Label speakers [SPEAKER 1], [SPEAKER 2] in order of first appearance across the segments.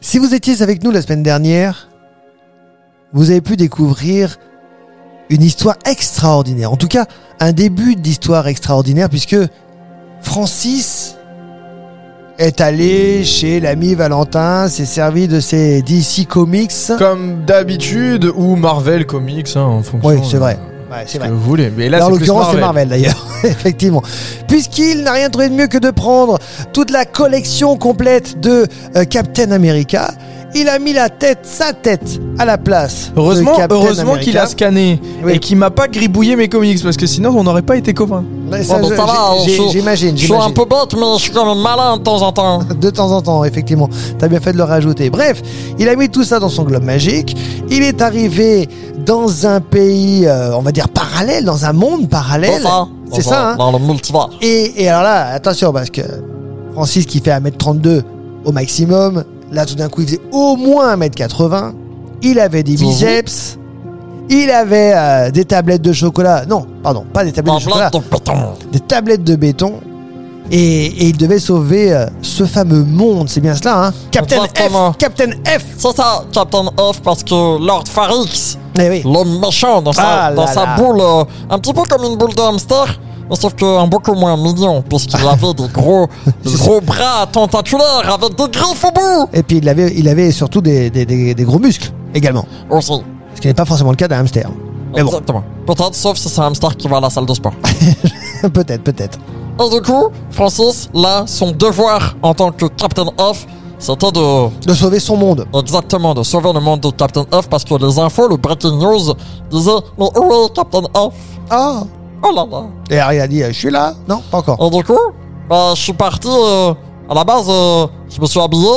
[SPEAKER 1] Si vous étiez avec nous la semaine dernière, vous avez pu découvrir une histoire extraordinaire. En tout cas, un début d'histoire extraordinaire puisque Francis est allé chez l'ami Valentin, s'est servi de ses DC Comics.
[SPEAKER 2] Comme d'habitude, ou Marvel Comics, hein, en fonction.
[SPEAKER 1] Oui, c'est vrai.
[SPEAKER 2] euh,
[SPEAKER 1] Ouais,
[SPEAKER 2] ce que vous voulez. Mais là,
[SPEAKER 1] en
[SPEAKER 2] c'est plus
[SPEAKER 1] l'occurrence, c'est Marvel d'ailleurs, effectivement. Puisqu'il n'a rien trouvé de mieux que de prendre toute la collection complète de euh, Captain America, il a mis la tête, sa tête, à la place. de
[SPEAKER 2] Heureusement,
[SPEAKER 1] Captain
[SPEAKER 2] heureusement
[SPEAKER 1] America.
[SPEAKER 2] qu'il a scanné
[SPEAKER 1] Oui.
[SPEAKER 2] et qu'il m'a pas gribouillé mes comics parce que sinon on n'aurait pas été copains.
[SPEAKER 1] Ouais, ça,
[SPEAKER 3] Ouais, bon,
[SPEAKER 1] je-
[SPEAKER 3] ça va, on
[SPEAKER 1] j'ai-
[SPEAKER 3] se-
[SPEAKER 1] J'imagine,
[SPEAKER 3] Je suis un
[SPEAKER 1] j'imagine.
[SPEAKER 3] peu bête, mais je suis quand même malin de temps en temps.
[SPEAKER 1] De temps en temps, effectivement. T'as bien fait de le rajouter. Bref, il a mis tout ça dans son globe magique. Il est arrivé dans un pays, euh, on va dire parallèle, dans un monde parallèle.
[SPEAKER 3] Enfin,
[SPEAKER 1] Eh, C'est
[SPEAKER 3] enfin,
[SPEAKER 1] ça, hein
[SPEAKER 3] Dans le multivers.
[SPEAKER 1] Et, et alors là, attention, parce que Francis qui fait 1m32 au maximum, là tout d'un coup il faisait au moins 1m80, il avait des
[SPEAKER 3] Vous.
[SPEAKER 1] biceps, il avait euh, des tablettes de chocolat, non, pardon, pas des tablettes
[SPEAKER 3] Dans
[SPEAKER 1] de chocolat,
[SPEAKER 3] plein de pétons.
[SPEAKER 1] des tablettes de béton, et, et il devait sauver euh, ce fameux monde, c'est bien cela, hein Captain
[SPEAKER 3] Exactement.
[SPEAKER 1] F Captain F
[SPEAKER 3] C'est ça, Captain Off, parce que Lord Farix,
[SPEAKER 1] Eh oui.
[SPEAKER 3] le méchant dans sa,
[SPEAKER 1] Ah là
[SPEAKER 3] dans sa
[SPEAKER 1] là.
[SPEAKER 3] boule, euh, un petit peu comme une boule de hamster, mais sauf qu'un beaucoup moins mignon, puisqu'il avait des gros, des gros bras tentaculaires avec des griffes au bout.
[SPEAKER 1] Et puis il avait, il avait surtout des, des- des- des gros muscles également,
[SPEAKER 3] Aussi.
[SPEAKER 1] ce qui n'est pas forcément le cas d'un hamster. Mais bon,
[SPEAKER 3] Exactement. Peut-être, sauf si c'est un hamster qui va à la salle de sport.
[SPEAKER 1] peut-être, peut-être.
[SPEAKER 3] Et du coup, Francis, là, son devoir en tant que Captain Off, c'était de
[SPEAKER 1] De sauver son monde.
[SPEAKER 3] Exactement, de sauver le monde de Captain Off parce que les infos, le breaking news, disaient Mais où est Captain Off
[SPEAKER 1] Ah
[SPEAKER 3] Oh là là
[SPEAKER 1] Et Harry a dit euh, Je suis là Non, pas encore.
[SPEAKER 3] Et du coup, bah, je suis parti, euh, à la base, euh, je me suis habillé.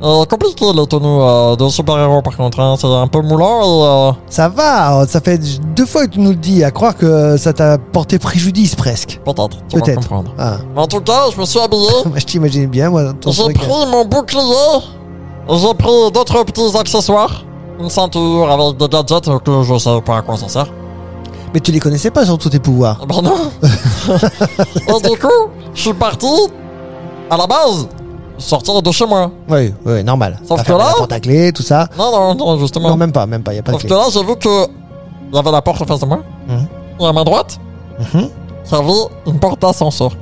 [SPEAKER 3] Euh, compliqué les tenues euh, de super-héros par contre, hein. c'est un peu moulant et. euh,
[SPEAKER 1] Ça va, ça fait deux fois que tu nous le dis, à croire que ça t'a porté préjudice presque.
[SPEAKER 3] peut-être, tu vas
[SPEAKER 1] Peut-être.
[SPEAKER 3] comprendre.
[SPEAKER 1] Ah.
[SPEAKER 3] Mais en tout cas, je me suis habillé,
[SPEAKER 1] Moi, je t'imagine bien, moi, dans ton
[SPEAKER 3] j'ai
[SPEAKER 1] truc.
[SPEAKER 3] pris mon bouclier, j'ai pris d'autres petits accessoires, une ceinture avec des gadgets que je sais pas à quoi ça sert.
[SPEAKER 1] Mais tu les connaissais pas, surtout tes pouvoirs.
[SPEAKER 3] Ah Bah non Et du coup, je suis parti, à la base, sortir de chez moi.
[SPEAKER 1] Oui, oui, normal.
[SPEAKER 3] Sauf
[SPEAKER 1] T'as
[SPEAKER 3] que
[SPEAKER 1] fermé
[SPEAKER 3] là-
[SPEAKER 1] la porte à clé, tout ça.
[SPEAKER 3] Non, non, non, justement.
[SPEAKER 1] Non, même pas, même pas, y a pas de
[SPEAKER 3] Sauf que
[SPEAKER 1] clé.
[SPEAKER 3] là, j'ai vu que il y avait la porte en face de moi.
[SPEAKER 1] Mhm.
[SPEAKER 3] Et à ma droite,
[SPEAKER 1] Mhm.
[SPEAKER 3] il y avait une porte d'ascenseur.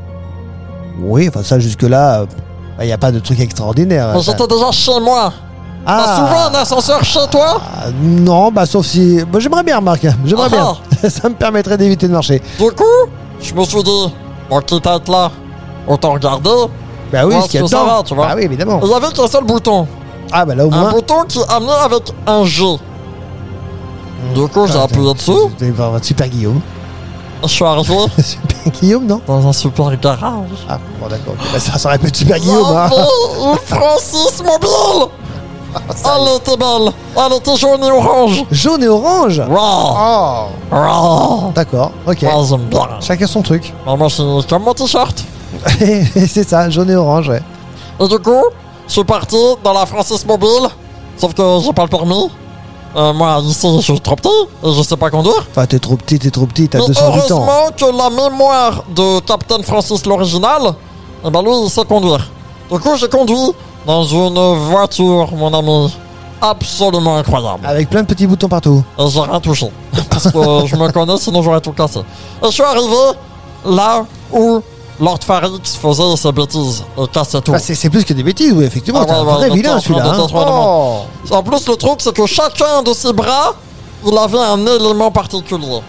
[SPEAKER 1] Oui, enfin, ça, jusque-là, il y a pas de truc extraordinaire.
[SPEAKER 3] Mais
[SPEAKER 1] Ça-
[SPEAKER 3] j'étais déjà chez moi. T'as souvent un
[SPEAKER 1] Ah,
[SPEAKER 3] ascenseur chez toi
[SPEAKER 1] Ah, non, bah, sauf si. Bah, j'aimerais bien, Marc, j'aimerais
[SPEAKER 3] Ah.
[SPEAKER 1] bien. ça me permettrait d'éviter de marcher.
[SPEAKER 3] Du coup, je me suis dit, bon, quitte à être là, autant regarder.
[SPEAKER 1] Bah oui,
[SPEAKER 3] Ouais,
[SPEAKER 1] ce qu'il y a
[SPEAKER 3] ça
[SPEAKER 1] dedans.
[SPEAKER 3] va, tu vois.
[SPEAKER 1] Bah oui, évidemment.
[SPEAKER 3] Et Il y avait qu'un seul bouton.
[SPEAKER 1] Ah, bah, là, au
[SPEAKER 3] Un
[SPEAKER 1] moins.
[SPEAKER 3] bouton qui amenait avec un G. Du coup, j'ai
[SPEAKER 1] Ah,
[SPEAKER 3] appuyé
[SPEAKER 1] t'es-
[SPEAKER 3] dessus.
[SPEAKER 1] t'es- t'es- Super Guillaume.
[SPEAKER 3] Je suis arrivé
[SPEAKER 1] Super Guillaume, non
[SPEAKER 3] dans un super garage.
[SPEAKER 1] Ah, bon, d'accord. ok. Bah, ça, ça aurait pu être
[SPEAKER 3] Oh,
[SPEAKER 1] Super Guillaume, hein.
[SPEAKER 3] L'enfant ou Francis Mobile Elle était belle Elle était jaune et orange
[SPEAKER 1] Jaune et orange
[SPEAKER 3] Waouh
[SPEAKER 1] Oh
[SPEAKER 3] Waouh
[SPEAKER 1] D'accord, ok.
[SPEAKER 3] Moi j'aime bien
[SPEAKER 1] Chacun son truc.
[SPEAKER 3] Mais Moi c'est comme mon t-shirt
[SPEAKER 1] c'est ça, jaune et orange, ouais.
[SPEAKER 3] Et du coup, je suis parti dans la Francis Mobile Sauf que j'ai pas le permis Euh, moi ici je suis trop petit et je sais pas conduire.
[SPEAKER 1] Enfin, t'es trop petit, t'es trop petit, t'as
[SPEAKER 3] Mais
[SPEAKER 1] 208 ans.
[SPEAKER 3] heureusement que la mémoire de Captain Francis l'original, eh ben lui il sait conduire. Du coup j'ai conduit dans une voiture mon ami absolument incroyable.
[SPEAKER 1] Avec plein de petits boutons partout.
[SPEAKER 3] Et J'ai rien touché. Parce que je me connais, sinon j'aurais tout cassé. Et je suis arrivé là où Lord Farix faisait ses bêtises et cassait tout.
[SPEAKER 1] Enfin, c'est c'est plus que des bêtises, oui, effectivement.
[SPEAKER 3] Ah,
[SPEAKER 1] t'es un
[SPEAKER 3] ouais,
[SPEAKER 1] vrai
[SPEAKER 3] ouais,
[SPEAKER 1] vilain,
[SPEAKER 3] donc,
[SPEAKER 1] celui-là.
[SPEAKER 3] on
[SPEAKER 1] hein.
[SPEAKER 3] entend trois
[SPEAKER 1] Oh.
[SPEAKER 3] En plus, le truc, c'est que chacun de ses bras, il avait un élément particulier.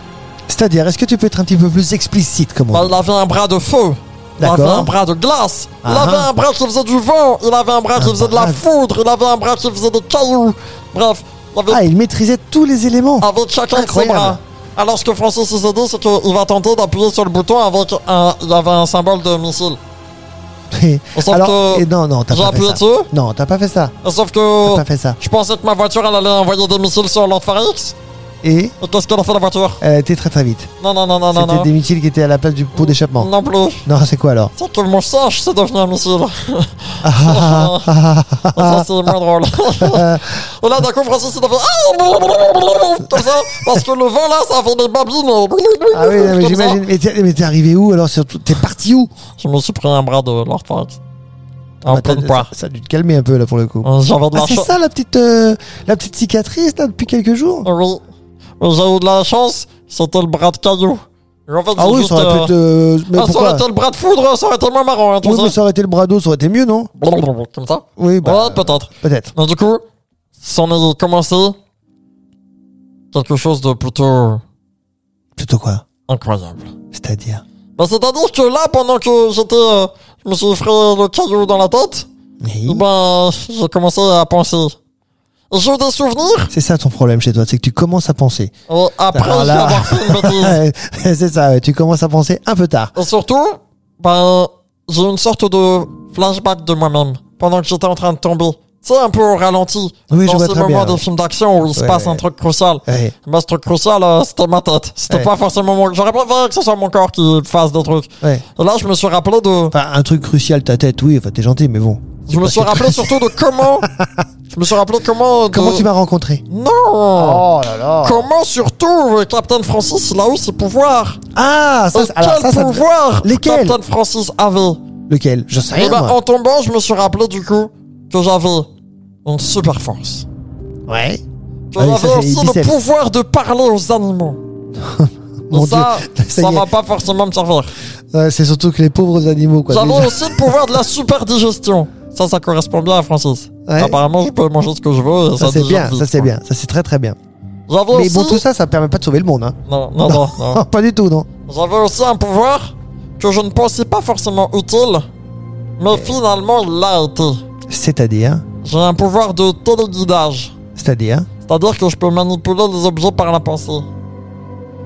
[SPEAKER 1] C'est-à-dire, est-ce que tu peux être un petit peu plus explicite, comme
[SPEAKER 3] Bah,
[SPEAKER 1] on dit
[SPEAKER 3] il avait un bras de feu. Il avait
[SPEAKER 1] D'accord.
[SPEAKER 3] un bras de glace. Il
[SPEAKER 1] Ah,
[SPEAKER 3] avait
[SPEAKER 1] ah.
[SPEAKER 3] un bras qui faisait du vent. Il avait un bras qui
[SPEAKER 1] Un
[SPEAKER 3] faisait de la
[SPEAKER 1] bras.
[SPEAKER 3] foudre. Il avait un bras qui faisait des cailloux. Bref, il avait
[SPEAKER 1] Ah, il maîtrisait tous les éléments.
[SPEAKER 3] avec chacun de ses
[SPEAKER 1] Incroyable.
[SPEAKER 3] bras. Alors ce que Francis il s'est dit, c'est qu'il va tenter d'appuyer sur le bouton avec un, il y avait un symbole de missile. Sauf
[SPEAKER 1] Alors,
[SPEAKER 3] que-
[SPEAKER 1] et non, non, t'as
[SPEAKER 3] J'ai
[SPEAKER 1] pas
[SPEAKER 3] appuyé
[SPEAKER 1] fait ça.
[SPEAKER 3] dessus,
[SPEAKER 1] Non, t'as pas fait ça.
[SPEAKER 3] et sauf
[SPEAKER 1] T'as
[SPEAKER 3] que
[SPEAKER 1] pas fait ça.
[SPEAKER 3] je pensais que ma voiture elle allait envoyer des missiles sur l'Anfarix.
[SPEAKER 1] Et
[SPEAKER 3] Et qu'est-ce qu'elle a fait la voiture
[SPEAKER 1] elle a été très très vite.
[SPEAKER 3] Non, non, non, non, non, Oh.
[SPEAKER 1] C'était
[SPEAKER 3] non.
[SPEAKER 1] des missiles qui étaient à la place du pot d'échappement.
[SPEAKER 3] Non plus.
[SPEAKER 1] Non, c'est quoi alors
[SPEAKER 3] C'est que mon singe c'est devenu un missile.
[SPEAKER 1] Ah, ah, ah, ah, ah.
[SPEAKER 3] Ça c'est moins drôle. et là d'un coup Francis il a fait... Comme ça, parce que le vent là ça fait des babines. euh,
[SPEAKER 1] Ah oui, non,
[SPEAKER 3] Comme
[SPEAKER 1] mais
[SPEAKER 3] ça.
[SPEAKER 1] j'imagine. Mais t'es mais t'es arrivé où alors surtout T'es parti où
[SPEAKER 3] Je me suis pris un bras de l'Anfarix.
[SPEAKER 1] Ah
[SPEAKER 3] En
[SPEAKER 1] bah, t'as-
[SPEAKER 3] pleine poire.
[SPEAKER 1] ça, ça a dû te calmer un peu là pour le coup.
[SPEAKER 3] Euh, J'avais de
[SPEAKER 1] Ah,
[SPEAKER 3] la
[SPEAKER 1] c'est
[SPEAKER 3] chance.
[SPEAKER 1] ça la petite, euh, la petite cicatrice là depuis quelques jours
[SPEAKER 3] Euh, Oui. Mais J'ai eu de la chance, c'était le bras de caillou. Et en fait,
[SPEAKER 1] Ah
[SPEAKER 3] c'est
[SPEAKER 1] oui,
[SPEAKER 3] juste,
[SPEAKER 1] ça aurait
[SPEAKER 3] euh,
[SPEAKER 1] pu être. euh, mais
[SPEAKER 3] ah, ça aurait
[SPEAKER 1] pourquoi
[SPEAKER 3] été le bras de foudre, ça aurait été moins marrant, hein, tout
[SPEAKER 1] Oui, mais
[SPEAKER 3] ça.
[SPEAKER 1] ça aurait été le bras d'eau, ça aurait été mieux, non
[SPEAKER 3] Blablabla, Comme ça
[SPEAKER 1] Oui, bah,
[SPEAKER 3] Ouais, peut-être.
[SPEAKER 1] peut-être.
[SPEAKER 3] Mais du coup, s'en est commencé quelque chose de plutôt
[SPEAKER 1] Plutôt quoi
[SPEAKER 3] incroyable.
[SPEAKER 1] C'est-à-dire
[SPEAKER 3] Bah, c'est-à-dire que là, pendant que j'étais. euh, je me suis frayé le caillou dans la tête,
[SPEAKER 1] Oui.
[SPEAKER 3] et ben, j'ai commencé à penser. Et J'ai eu des souvenirs
[SPEAKER 1] C'est ça ton problème chez toi, c'est que tu commences à penser.
[SPEAKER 3] euh, après
[SPEAKER 1] Alors
[SPEAKER 3] y
[SPEAKER 1] là-
[SPEAKER 3] avoir fait une bêtise.
[SPEAKER 1] c'est ça, ouais, tu commences à penser un peu tard.
[SPEAKER 3] Et surtout, ben, j'ai eu une sorte de flashback de moi-même pendant que j'étais en train de tomber. Tu sais, un peu au ralenti.
[SPEAKER 1] Oui, je
[SPEAKER 3] dans
[SPEAKER 1] vois
[SPEAKER 3] ces
[SPEAKER 1] très
[SPEAKER 3] moments
[SPEAKER 1] bien,
[SPEAKER 3] des
[SPEAKER 1] ouais.
[SPEAKER 3] films d'action où il se
[SPEAKER 1] Ouais,
[SPEAKER 3] passe un
[SPEAKER 1] ouais.
[SPEAKER 3] truc crucial.
[SPEAKER 1] Ouais.
[SPEAKER 3] Bah, ce truc crucial, euh, c'était ma tête. C'était
[SPEAKER 1] Ouais.
[SPEAKER 3] pas forcément mon. J'aurais préféré que ce soit mon corps qui fasse des trucs.
[SPEAKER 1] ouais. Ah,
[SPEAKER 3] Et là, je me suis rappelé de.
[SPEAKER 1] Enfin, un truc crucial, ta tête, oui, enfin, t'es gentil, mais bon.
[SPEAKER 3] Je me suis rappelé surtout de comment. je me suis rappelé comment. de-
[SPEAKER 1] Comment tu Oh. m'as rencontré
[SPEAKER 3] Non Oh
[SPEAKER 1] là là
[SPEAKER 3] Comment surtout euh, Captain Francis il a eu ses pouvoirs
[SPEAKER 1] Ah ça,
[SPEAKER 3] Euh,
[SPEAKER 1] c'est- alors,
[SPEAKER 3] Quels
[SPEAKER 1] ça, ça-
[SPEAKER 3] pouvoirs
[SPEAKER 1] Lesquels
[SPEAKER 3] Captain Francis avait
[SPEAKER 1] Lequel Je sais
[SPEAKER 3] Et
[SPEAKER 1] rien,
[SPEAKER 3] ben,
[SPEAKER 1] moi.
[SPEAKER 3] en tombant, je me suis rappelé du coup que j'avais une super force.
[SPEAKER 1] Ouais.
[SPEAKER 3] Que
[SPEAKER 1] Ah oui, ça,
[SPEAKER 3] j'avais
[SPEAKER 1] c'est
[SPEAKER 3] aussi le
[SPEAKER 1] biceps.
[SPEAKER 3] pouvoir de parler aux animaux.
[SPEAKER 1] Mon
[SPEAKER 3] Et ça,
[SPEAKER 1] Ça
[SPEAKER 3] ça
[SPEAKER 1] y est.
[SPEAKER 3] va pas forcément me servir.
[SPEAKER 1] Ouais, c'est surtout que les pauvres animaux, quoi.
[SPEAKER 3] J'avais
[SPEAKER 1] déjà.
[SPEAKER 3] aussi le pouvoir de la super digestion. Ça, ça correspond bien à Francis.
[SPEAKER 1] Ouais.
[SPEAKER 3] Apparemment, je peux manger ce que je veux. Et ça,
[SPEAKER 1] Ça, c'est
[SPEAKER 3] digère
[SPEAKER 1] bien,
[SPEAKER 3] vite,
[SPEAKER 1] ça, c'est
[SPEAKER 3] quoi.
[SPEAKER 1] bien. Ça, c'est très, très bien.
[SPEAKER 3] J'avais
[SPEAKER 1] Mais
[SPEAKER 3] aussi...
[SPEAKER 1] bon, tout ça, ça permet pas de sauver le monde, hein.
[SPEAKER 3] Non, non, non. non.
[SPEAKER 1] Ah, pas du tout, non.
[SPEAKER 3] J'avais aussi un pouvoir que je ne pensais pas forcément utile, mais
[SPEAKER 1] Euh.
[SPEAKER 3] finalement, il l'a été.
[SPEAKER 1] C'est-à-dire
[SPEAKER 3] J'ai un pouvoir de téléguidage.
[SPEAKER 1] C'est-à-dire
[SPEAKER 3] C'est-à-dire que je peux manipuler les objets par la pensée.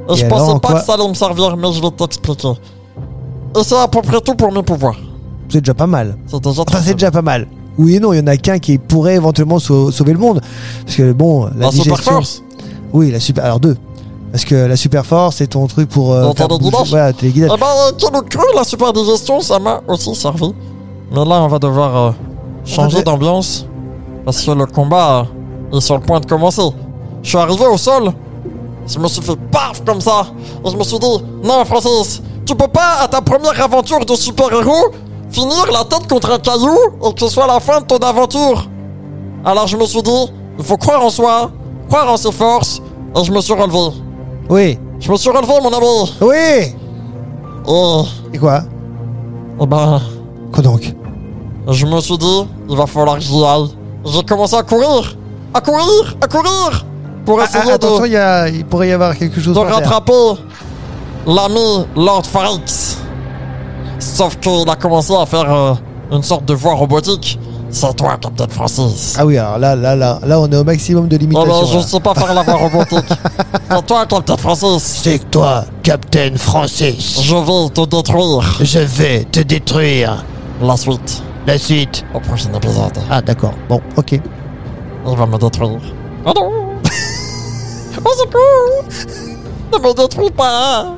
[SPEAKER 3] Et,
[SPEAKER 1] Et
[SPEAKER 3] je
[SPEAKER 1] alors,
[SPEAKER 3] pensais
[SPEAKER 1] en
[SPEAKER 3] pas
[SPEAKER 1] quoi-
[SPEAKER 3] que ça allait me servir, mais je vais t'expliquer. Et c'est à peu près tout pour mes pouvoirs.
[SPEAKER 1] C'est déjà pas mal.
[SPEAKER 3] C'est déjà
[SPEAKER 1] Enfin,
[SPEAKER 3] très
[SPEAKER 1] c'est
[SPEAKER 3] bien.
[SPEAKER 1] déjà pas mal. Oui et non, il y en a qu'un qui pourrait éventuellement sau- sauver le monde. Parce que bon, la
[SPEAKER 3] La
[SPEAKER 1] digestion.
[SPEAKER 3] Bah, super force.
[SPEAKER 1] Oui, la super. Alors deux. Parce que la super force, c'est ton truc pour. euh,
[SPEAKER 3] Dans
[SPEAKER 1] faire
[SPEAKER 3] ton
[SPEAKER 1] bouger-
[SPEAKER 3] entourage.
[SPEAKER 1] Voilà, téléguidage.
[SPEAKER 3] Eh ben, euh, qui le cru, la super digestion, ça m'a aussi servi. Mais là, on va devoir euh, changer
[SPEAKER 1] va-
[SPEAKER 3] d'ambiance. Parce que le combat euh, est sur le point de commencer. Je suis arrivé au sol. Je me suis fait paf comme ça. Et je me suis dit, non, Francis, tu peux pas, à ta première aventure de super-héros, finir la tête contre un caillou et que ce soit la fin de ton aventure. Alors je me suis dit, il faut croire en soi, croire en ses forces. Et je me suis relevé.
[SPEAKER 1] Oui.
[SPEAKER 3] Je me suis relevé, mon ami.
[SPEAKER 1] Oui
[SPEAKER 3] Et,
[SPEAKER 1] Et quoi
[SPEAKER 3] eh ben,
[SPEAKER 1] Quoi donc
[SPEAKER 3] Je me suis dit, il va falloir que j'y aille. J'ai commencé à courir, à courir, à courir pour
[SPEAKER 1] Ah,
[SPEAKER 3] essayer
[SPEAKER 1] ah, Attention,
[SPEAKER 3] de,
[SPEAKER 1] il y a- il pourrait y avoir quelque chose.
[SPEAKER 3] de
[SPEAKER 1] par terre.
[SPEAKER 3] rattraper l'ami Lord Farix. Sauf qu'il a commencé à faire euh, une sorte de voix robotique. C'est toi, Captain Francis.
[SPEAKER 1] Ah oui, alors là, là, là, là, on est au maximum de
[SPEAKER 3] Non,
[SPEAKER 1] limitation.
[SPEAKER 3] mais je
[SPEAKER 1] là.
[SPEAKER 3] sais pas faire la voix robotique. C'est toi, Captain Francis.
[SPEAKER 4] C'est que toi, Captain Francis.
[SPEAKER 3] Je vais te détruire.
[SPEAKER 4] Je vais te détruire.
[SPEAKER 3] La suite,
[SPEAKER 4] La suite.
[SPEAKER 3] au prochain épisode.
[SPEAKER 1] Ah d'accord. Bon, ok.
[SPEAKER 3] Il va me détruire. Oh non Au secours Ne me détruis pas